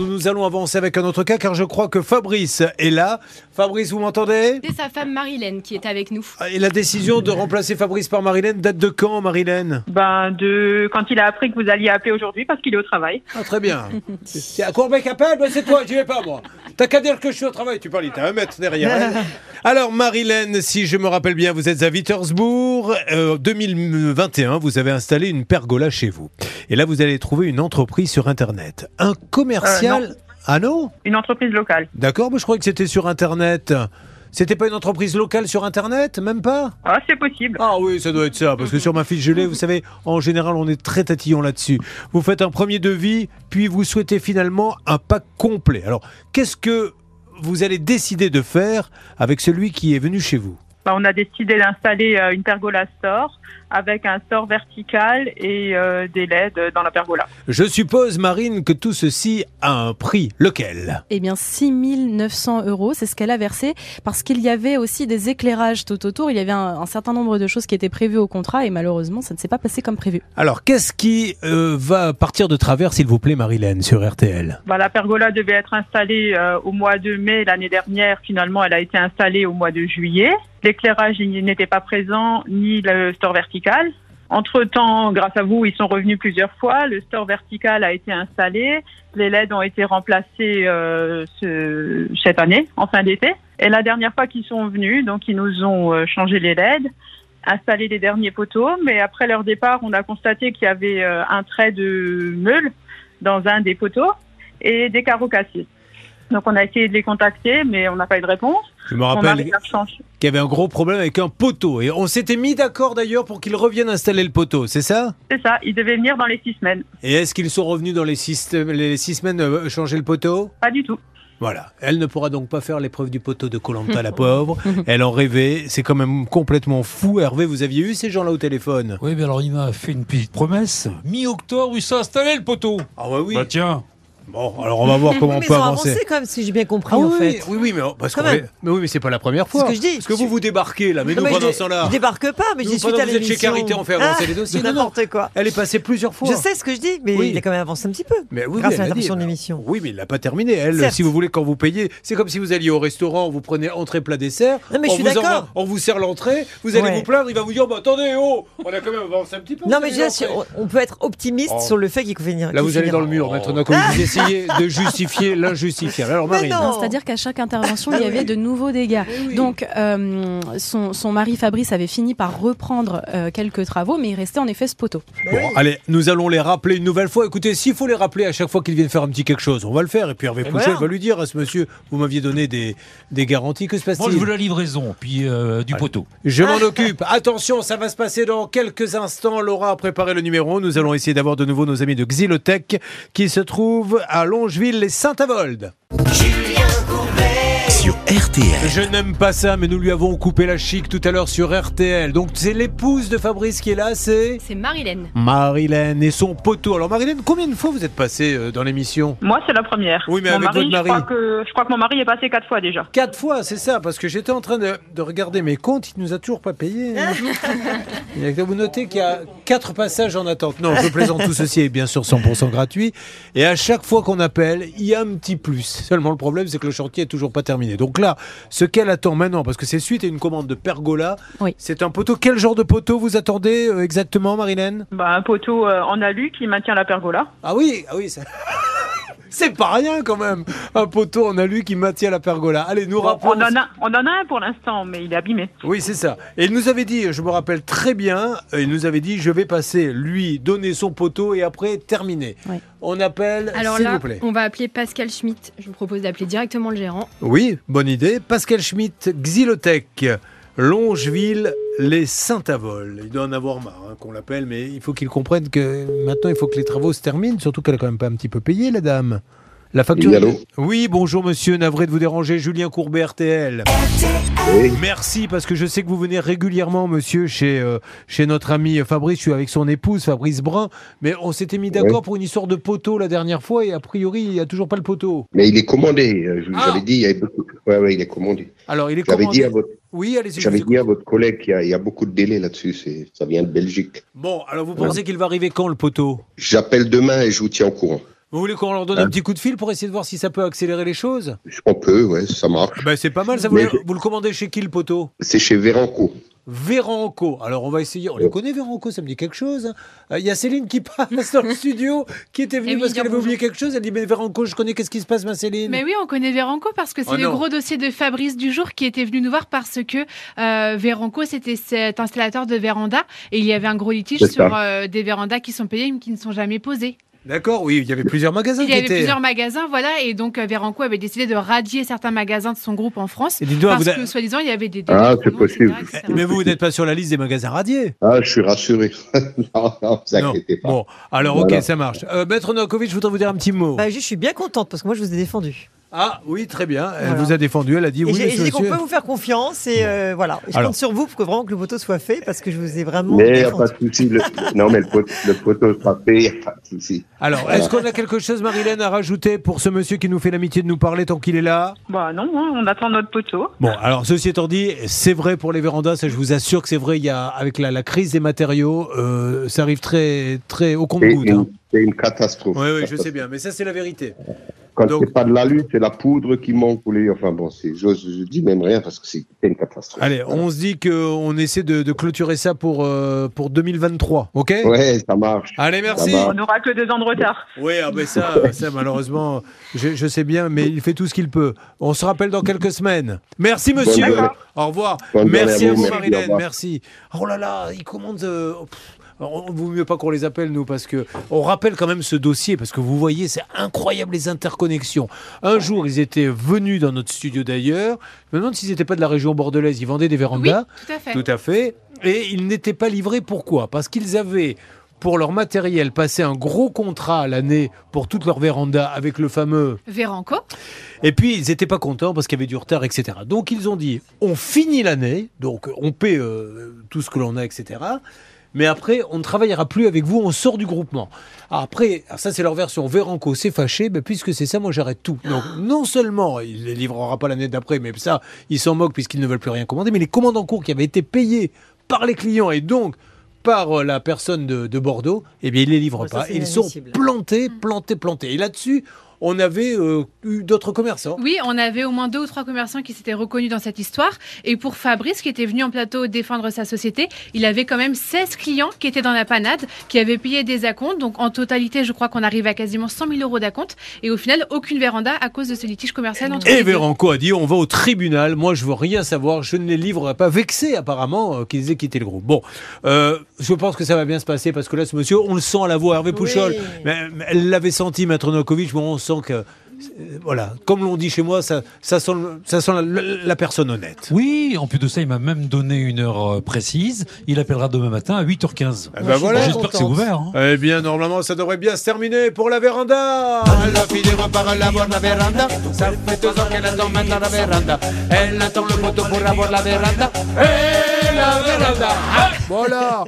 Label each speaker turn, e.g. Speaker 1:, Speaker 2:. Speaker 1: Nous, nous allons avancer avec un autre cas car je crois que Fabrice est là. Fabrice, vous m'entendez
Speaker 2: C'est sa femme Marilène qui est avec nous.
Speaker 1: Et la décision de remplacer Fabrice par Marilène date de quand, Marilène
Speaker 3: Ben, de quand il a appris que vous alliez appeler aujourd'hui parce qu'il est au travail.
Speaker 1: Ah, Très bien. C'est à Courbeck appelle Ben, C'est toi, j'y vais pas, moi. T'as qu'à dire que je suis au travail, tu parles, t'as un mètre derrière. hein. Alors, Marilène, si je me rappelle bien, vous êtes à Wittersbourg. Euh, 2021, vous avez installé une pergola chez vous. Et là, vous allez trouver une entreprise sur Internet. Un commercial.
Speaker 3: Euh,
Speaker 1: Ah non
Speaker 3: Une entreprise locale.
Speaker 1: D'accord, mais je croyais que c'était sur Internet. C'était pas une entreprise locale sur Internet Même pas
Speaker 3: Ah, c'est possible.
Speaker 1: Ah oui, ça doit être ça, parce que sur ma fiche gelée, vous savez, en général, on est très tatillon là-dessus. Vous faites un premier devis, puis vous souhaitez finalement un pack complet. Alors, qu'est-ce que vous allez décider de faire avec celui qui est venu chez vous
Speaker 3: Ben, on a décidé d'installer euh, une pergola store avec un store vertical et euh, des LED dans la pergola.
Speaker 1: Je suppose, Marine, que tout ceci a un prix. Lequel
Speaker 4: Eh bien, 6 900 euros, c'est ce qu'elle a versé, parce qu'il y avait aussi des éclairages tout autour. Il y avait un, un certain nombre de choses qui étaient prévues au contrat, et malheureusement, ça ne s'est pas passé comme prévu.
Speaker 1: Alors, qu'est-ce qui euh, va partir de travers, s'il vous plaît, Marilène, sur RTL
Speaker 3: Ben, la pergola devait être installée euh, au mois de mai l'année dernière. Finalement, elle a été installée au mois de juillet. L'éclairage il n'était pas présent, ni le store vertical. Entre-temps, grâce à vous, ils sont revenus plusieurs fois. Le store vertical a été installé. Les LED ont été remplacés euh, ce- cette année, en fin d'été. Et la dernière fois qu'ils sont venus, donc ils nous ont euh, changé les LED, installé les derniers poteaux. Mais après leur départ, on a constaté qu'il y avait euh, un trait de meule dans un des poteaux et des carreaux cassés. Donc on a essayé de les contacter, mais on n'a pas eu de réponse.
Speaker 1: Je me
Speaker 3: On
Speaker 1: rappelle
Speaker 3: arrive à changer.
Speaker 1: qu'il y avait un gros problème avec un poteau. Et on s'était mis d'accord, d'ailleurs, pour qu'il revienne installer le poteau, c'est ça
Speaker 3: C'est ça, ils devaient venir dans les six semaines.
Speaker 1: Et est-ce qu'ils sont revenus dans les six, les six semaines euh, changer le poteau
Speaker 3: Pas du tout.
Speaker 1: Voilà. Elle ne pourra donc pas faire l'épreuve du poteau de Colanta, la pauvre. Elle en rêvait. C'est quand même complètement fou. Hervé, vous aviez eu ces gens-là au téléphone
Speaker 5: Oui, mais alors il m'a fait une petite promesse. Mi-octobre, il s'est installé le poteau.
Speaker 1: Ah ouais, oui.
Speaker 5: Bah tiens.
Speaker 1: Bon, alors on va voir comment on
Speaker 6: mais
Speaker 1: peut
Speaker 6: ils ont
Speaker 1: avancer.
Speaker 6: avancé quand même, si j'ai bien compris
Speaker 1: Ah oui,
Speaker 6: en fait.
Speaker 1: oui, oui, mais, oh, parce
Speaker 6: Quand
Speaker 1: qu'on
Speaker 6: même.
Speaker 1: est- mais oui, mais c'est pas la première fois.
Speaker 6: ce que je dis.
Speaker 1: Parce que vous vous débarquez là, mais
Speaker 6: Non,
Speaker 1: nous
Speaker 6: mais
Speaker 1: pendant
Speaker 6: je,
Speaker 1: ce temps-là.
Speaker 6: je débarque pas, mais
Speaker 1: Nous,
Speaker 6: j'ai suite
Speaker 1: pendant
Speaker 6: à
Speaker 1: que vous êtes chez
Speaker 6: l'émission.
Speaker 1: Carité, on fait avancer
Speaker 6: Ah,
Speaker 1: les dossiers. Non, non.
Speaker 6: N'importe quoi.
Speaker 1: Elle est passée plusieurs fois.
Speaker 6: Je sais ce que je dis, mais
Speaker 1: Oui.
Speaker 6: il a quand même avancé un petit peu.
Speaker 1: Mais oui,
Speaker 6: grâce
Speaker 1: mais
Speaker 6: à
Speaker 1: elle a dit,
Speaker 6: l'intervention de
Speaker 1: mais-
Speaker 6: l'émission.
Speaker 1: Oui, mais il l'a pas terminé. Elle,
Speaker 6: Certes.
Speaker 1: si vous voulez, quand vous payez, c'est comme si vous alliez au restaurant, vous prenez entrée, plat, dessert.
Speaker 6: Non, mais je
Speaker 1: on
Speaker 6: suis
Speaker 1: vous en-
Speaker 6: d'accord.
Speaker 1: On vous sert l'entrée, vous allez
Speaker 6: Ouais.
Speaker 1: vous plaindre, il va vous dire, bah, attendez, oh, on a quand même avancé un petit peu.
Speaker 6: Non,
Speaker 1: vous
Speaker 6: mais
Speaker 1: avez
Speaker 6: je veux dire,
Speaker 1: l'entrée.
Speaker 6: on- on peut être optimiste
Speaker 1: Oh.
Speaker 6: sur le fait qu'il faut venir.
Speaker 1: Là,
Speaker 6: qu'il
Speaker 1: vous allez
Speaker 6: finira.
Speaker 1: dans le mur, maître Nacon, vous essayez de justifier l'injustifiable. Alors,
Speaker 6: Ah Mais
Speaker 1: Marine.
Speaker 6: non.
Speaker 4: Non, C'est-à-dire qu'à chaque intervention, il y avait de nouveaux dégâts. Donc, euh, son, son mari Fabrice avait fini par reprendre euh, quelques travaux, mais il restait en effet ce poteau.
Speaker 1: Bon, allez, nous allons les rappeler une nouvelle fois. Écoutez, s'il faut les rappeler à chaque fois qu'ils viennent faire un petit quelque chose, on va le faire. Et puis Hervé Pouchol
Speaker 6: voilà.
Speaker 1: va lui dire à ce monsieur, vous m'aviez donné des, des garanties, que se passe-t-il
Speaker 5: Moi, je veux la livraison, puis euh, du poteau.
Speaker 1: Je m'en occupe. Attention, ça va se passer dans quelques instants. Laura a préparé le numéro. Nous allons essayer d'avoir de nouveau nos amis de Xylotech qui se trouvent à Longeville et Saint-Avold.
Speaker 7: Sur RTL.
Speaker 1: Je n'aime pas ça, mais nous lui avons coupé la chic tout à l'heure sur RTL. Donc c'est l'épouse de Fabrice qui est là, c'est
Speaker 2: C'est Marilène.
Speaker 1: Marilène et son poteau. Alors Marilène, combien de fois vous êtes passée euh, dans l'émission
Speaker 3: Moi, c'est la première.
Speaker 1: Oui, mais
Speaker 3: mon
Speaker 1: avec
Speaker 3: mari,
Speaker 1: votre mari.
Speaker 3: Je crois, que, je crois que mon mari est passé quatre fois déjà.
Speaker 1: Quatre fois, c'est ça, parce que j'étais en train de, de regarder mes comptes, il nous a toujours pas payé. Il y a- vous notez qu'il y a quatre passages en attente. Non, je plaisante, tout ceci est bien sûr 100% gratuit. Et à chaque fois qu'on appelle, il y a un petit plus. Seulement le problème, c'est que le chantier est toujours pas terminé. Donc là, ce qu'elle attend maintenant, parce que c'est suite à une commande de pergola,
Speaker 4: Oui.
Speaker 1: c'est un poteau. Quel genre de poteau vous attendez euh, exactement, Marilène
Speaker 3: Bah, un poteau euh, en alu qui maintient la pergola.
Speaker 1: Ah oui, ah oui, ça- C'est pas rien quand même. Un poteau en alu qui maintient la pergola. Allez, nous
Speaker 3: Bon,
Speaker 1: rappelons.
Speaker 3: on, en a, on en a un pour l'instant, mais il est abîmé.
Speaker 1: Oui, c'est ça. Et il nous avait dit, je me rappelle très bien, euh, il nous avait dit je vais passer, lui, donner son poteau et après terminer.
Speaker 4: Oui.
Speaker 1: On appelle,
Speaker 2: Alors
Speaker 1: s'il
Speaker 2: là,
Speaker 1: vous plaît.
Speaker 2: on va appeler Pascal Schmitt. Je vous propose d'appeler directement le gérant.
Speaker 1: Oui, bonne idée. Pascal Schmitt, Xylotech, Longeville, les Saint-Avold. Il doit en avoir marre hein, qu'on l'appelle, mais il faut qu'il comprenne que maintenant il faut que les travaux se terminent, surtout qu'elle a quand même pas un petit peu payé, la dame. La facture.
Speaker 8: Oui, allô
Speaker 1: Oui, bonjour monsieur, navré de vous déranger, Julien Courbet, RTL.
Speaker 8: Oui.
Speaker 1: Merci parce que je sais que vous venez régulièrement, monsieur, chez, euh, chez notre ami Fabrice. Je suis avec son épouse, Fabrice Brun. Mais on s'était mis d'accord pour une histoire de poteau la dernière fois et a priori, il n'y a toujours pas le poteau.
Speaker 8: Mais il est commandé. euh, je-
Speaker 1: Ah.
Speaker 8: J'avais dit, il y avait beaucoup. Ouais, ouais, il est commandé.
Speaker 1: Alors, il est
Speaker 8: J'avais
Speaker 1: commandé.
Speaker 8: dit à votre,
Speaker 1: Oui, allez-y. je vous
Speaker 8: j'avais
Speaker 1: écoute.
Speaker 8: dit à votre collègue qu'il y, a- il y a beaucoup de délais là-dessus. c'est- Ça vient de Belgique.
Speaker 1: Bon, alors vous pensez qu'il va arriver quand le poteau
Speaker 8: J'appelle demain et je vous tiens au courant.
Speaker 1: Vous voulez qu'on leur donne
Speaker 8: Hein
Speaker 1: un petit coup de fil pour essayer de voir si ça peut accélérer les choses
Speaker 8: On peut, ouais, ça marche.
Speaker 1: Ben, C'est pas mal, ça. Vous,
Speaker 8: Mais-
Speaker 1: vous le commandez chez qui, le poteau
Speaker 8: C'est chez Véranco.
Speaker 1: Véranco. Alors, on va essayer.
Speaker 8: Oh.
Speaker 1: On les connaît, Véranco, ça me dit quelque chose. hein. Euh, Il y a Céline qui passe dans le studio, qui était venue
Speaker 2: Eh oui,
Speaker 1: parce qu'elle
Speaker 2: dire
Speaker 1: avait oublié
Speaker 2: bonjour.
Speaker 1: quelque chose. Elle dit Mais Véranco, je connais, qu'est-ce qui se passe, ma Céline
Speaker 7: Mais oui, on connaît Véranco parce que c'est
Speaker 1: Oh
Speaker 7: le
Speaker 1: non.
Speaker 7: gros dossier de Fabrice Dujour qui était venu nous voir parce que euh, Véranco, c'était cet installateur de véranda et il y avait un gros litige
Speaker 8: C'est ça.
Speaker 7: sur euh, des vérandas qui sont payées mais qui ne sont jamais posées.
Speaker 1: D'accord, oui, il y avait plusieurs magasins
Speaker 7: Il y
Speaker 1: qui
Speaker 7: avait
Speaker 1: étaient.
Speaker 7: plusieurs magasins, voilà, et donc euh, Véranco avait décidé de radier certains magasins de son groupe en France
Speaker 1: Et dites-donc,
Speaker 7: parce
Speaker 1: vous
Speaker 7: que,
Speaker 1: n'êtes-
Speaker 7: soi-disant, il y avait des
Speaker 8: Ah,
Speaker 7: données
Speaker 8: c'est
Speaker 7: de nom, etc.,
Speaker 8: possible.
Speaker 7: etc.
Speaker 1: Mais vous, vous n'êtes pas sur la liste des magasins radiés.
Speaker 8: Ah, je suis rassuré. non, non, vous
Speaker 1: Non.
Speaker 8: inquiétez pas.
Speaker 1: Bon, alors,
Speaker 8: Voilà.
Speaker 1: ok, ça marche. Euh, Maître Novakovic, je voudrais vous dire un petit mot.
Speaker 6: Bah, juste, je suis bien contente parce que moi, je vous ai défendu.
Speaker 1: Ah, oui, très bien. Elle
Speaker 6: Voilà.
Speaker 1: vous a défendu, elle a dit
Speaker 6: Et
Speaker 1: oui,
Speaker 6: j'ai- et j'ai
Speaker 1: monsieur,
Speaker 6: dit qu'on
Speaker 1: monsieur.
Speaker 6: peut vous faire confiance et euh, voilà. Et Je
Speaker 1: Alors.
Speaker 6: compte sur vous pour que vraiment que le poteau soit fait parce que je vous ai vraiment
Speaker 8: Mais y a pas
Speaker 6: défendu.
Speaker 8: de souci. Le... non, mais le, pot... le poteau sera fait, y a pas de souci.
Speaker 1: Alors, est-ce qu'on a quelque chose, Marilène, à rajouter pour ce monsieur qui nous fait l'amitié de nous parler tant qu'il est là
Speaker 3: Bah non, hein, on attend notre poteau.
Speaker 1: Bon, alors ceci étant dit, c'est vrai pour les vérandas, ça je vous assure que c'est vrai. Il y a avec la, la crise des matériaux, euh, ça arrive très très au hein.
Speaker 8: C'est
Speaker 1: compte-goutte.
Speaker 8: une... c'est une catastrophe.
Speaker 1: Oui, oui, je sais bien, mais ça c'est la vérité.
Speaker 8: Quand
Speaker 1: Donc-
Speaker 8: c'est pas de l'alu, c'est la poudre qui manque. ou les- Enfin bon, c'est- j'ose- je, dis même rien parce que c'est une catastrophe.
Speaker 1: Allez, on se dit qu'on essaie de, de clôturer ça pour euh, pour 2023, ok
Speaker 8: Ouais, ça marche.
Speaker 1: Allez, merci.
Speaker 8: Ça va.
Speaker 3: On n'aura que deux ans de retard.
Speaker 1: Oui, ah ben ça, euh, ça malheureusement, je, je sais bien, mais il fait tout ce qu'il peut. On se rappelle dans quelques semaines. Merci monsieur.
Speaker 8: journée.
Speaker 1: Au revoir.
Speaker 8: Bonne
Speaker 1: merci à
Speaker 8: journée à vous.
Speaker 1: vous,
Speaker 8: Merci, au
Speaker 1: Marilène.
Speaker 8: revoir.
Speaker 1: Merci. Oh là là, ils commandent. euh, oh, pff, on- vaut mieux pas qu'on les appelle nous parce que on rappelle quand même ce dossier parce que vous voyez c'est incroyable les interconnexions. Un jour ils étaient venus dans notre studio d'ailleurs. Je me demande s'ils n'étaient pas de la région bordelaise. Ils vendaient des
Speaker 7: Oui,
Speaker 1: vérandas.
Speaker 7: tout à fait.
Speaker 1: Tout à fait. Et ils n'étaient pas livrés. Pourquoi Parce qu'ils avaient, pour leur matériel, passé un gros contrat à l'année pour toute leur véranda avec le fameux.
Speaker 7: Véranco,
Speaker 1: Et puis, ils n'étaient pas contents parce qu'il y avait du retard, etc. Donc, ils ont dit on finit l'année, donc on paie euh, tout ce que l'on a, etc. Mais après, on ne travaillera plus avec vous, on sort du groupement. Ah, Après, alors ça c'est leur version. Véranco s'est fâché, ben, puisque c'est ça, moi j'arrête tout. Donc non seulement il ne les livrera pas l'année d'après, mais ça, ils s'en moquent puisqu'ils ne veulent plus rien commander, mais les commandes en cours qui avaient été payées par les clients et donc par euh, la personne de, de Bordeaux, eh bien ils ne les livrent
Speaker 6: Ouais, Oh, ça,
Speaker 1: pas.
Speaker 6: c'est
Speaker 1: Ils sont
Speaker 6: inadmissible.
Speaker 1: plantés,
Speaker 6: Mm.
Speaker 1: plantés, plantés. Et là-dessus, on avait euh, eu d'autres hein. commerçants.
Speaker 7: Oui, on avait au moins deux ou trois commerçants qui s'étaient reconnus dans cette histoire. Et pour Fabrice, qui était venu en plateau défendre sa société, il avait quand même 16 clients qui étaient dans la panade, qui avaient payé des acomptes. Donc en totalité, je crois qu'on arrive à quasiment 100 000 euros d'acompte. Et au final, aucune véranda à cause de ce litige commercial entre les
Speaker 1: Et
Speaker 7: deux.
Speaker 1: Véranco Eh a dit on va au tribunal, moi je veux rien savoir, je ne les livrerai pas. Vexé apparemment euh, qu'ils aient quitté le groupe. Bon, euh, je pense que ça va bien se passer parce que là ce monsieur, on le sent à la voix, Hervé Pouchol,
Speaker 6: Oui.
Speaker 1: mais, mais elle l'avait senti, Maître Novakovic, bon, on sent que, euh, voilà, comme l'on dit chez moi, ça, ça sent, le- ça sent la, la- la personne honnête.
Speaker 5: Oui, en plus de ça, il m'a même donné une heure euh, précise. Il appellera demain matin à 8h15.
Speaker 1: Eh ben
Speaker 6: Moi, je suis
Speaker 1: voilà.
Speaker 6: très
Speaker 5: J'espère que c'est
Speaker 6: contente.
Speaker 5: ouvert. hein.
Speaker 1: Eh bien, normalement, ça devrait bien se terminer pour la véranda. La fille repart à la voir la véranda. Ça fait deux ans qu'elle attend maintenant la véranda. Eh, Elle attend le poteau pour avoir la véranda. Et la véranda. Ah, Voilà.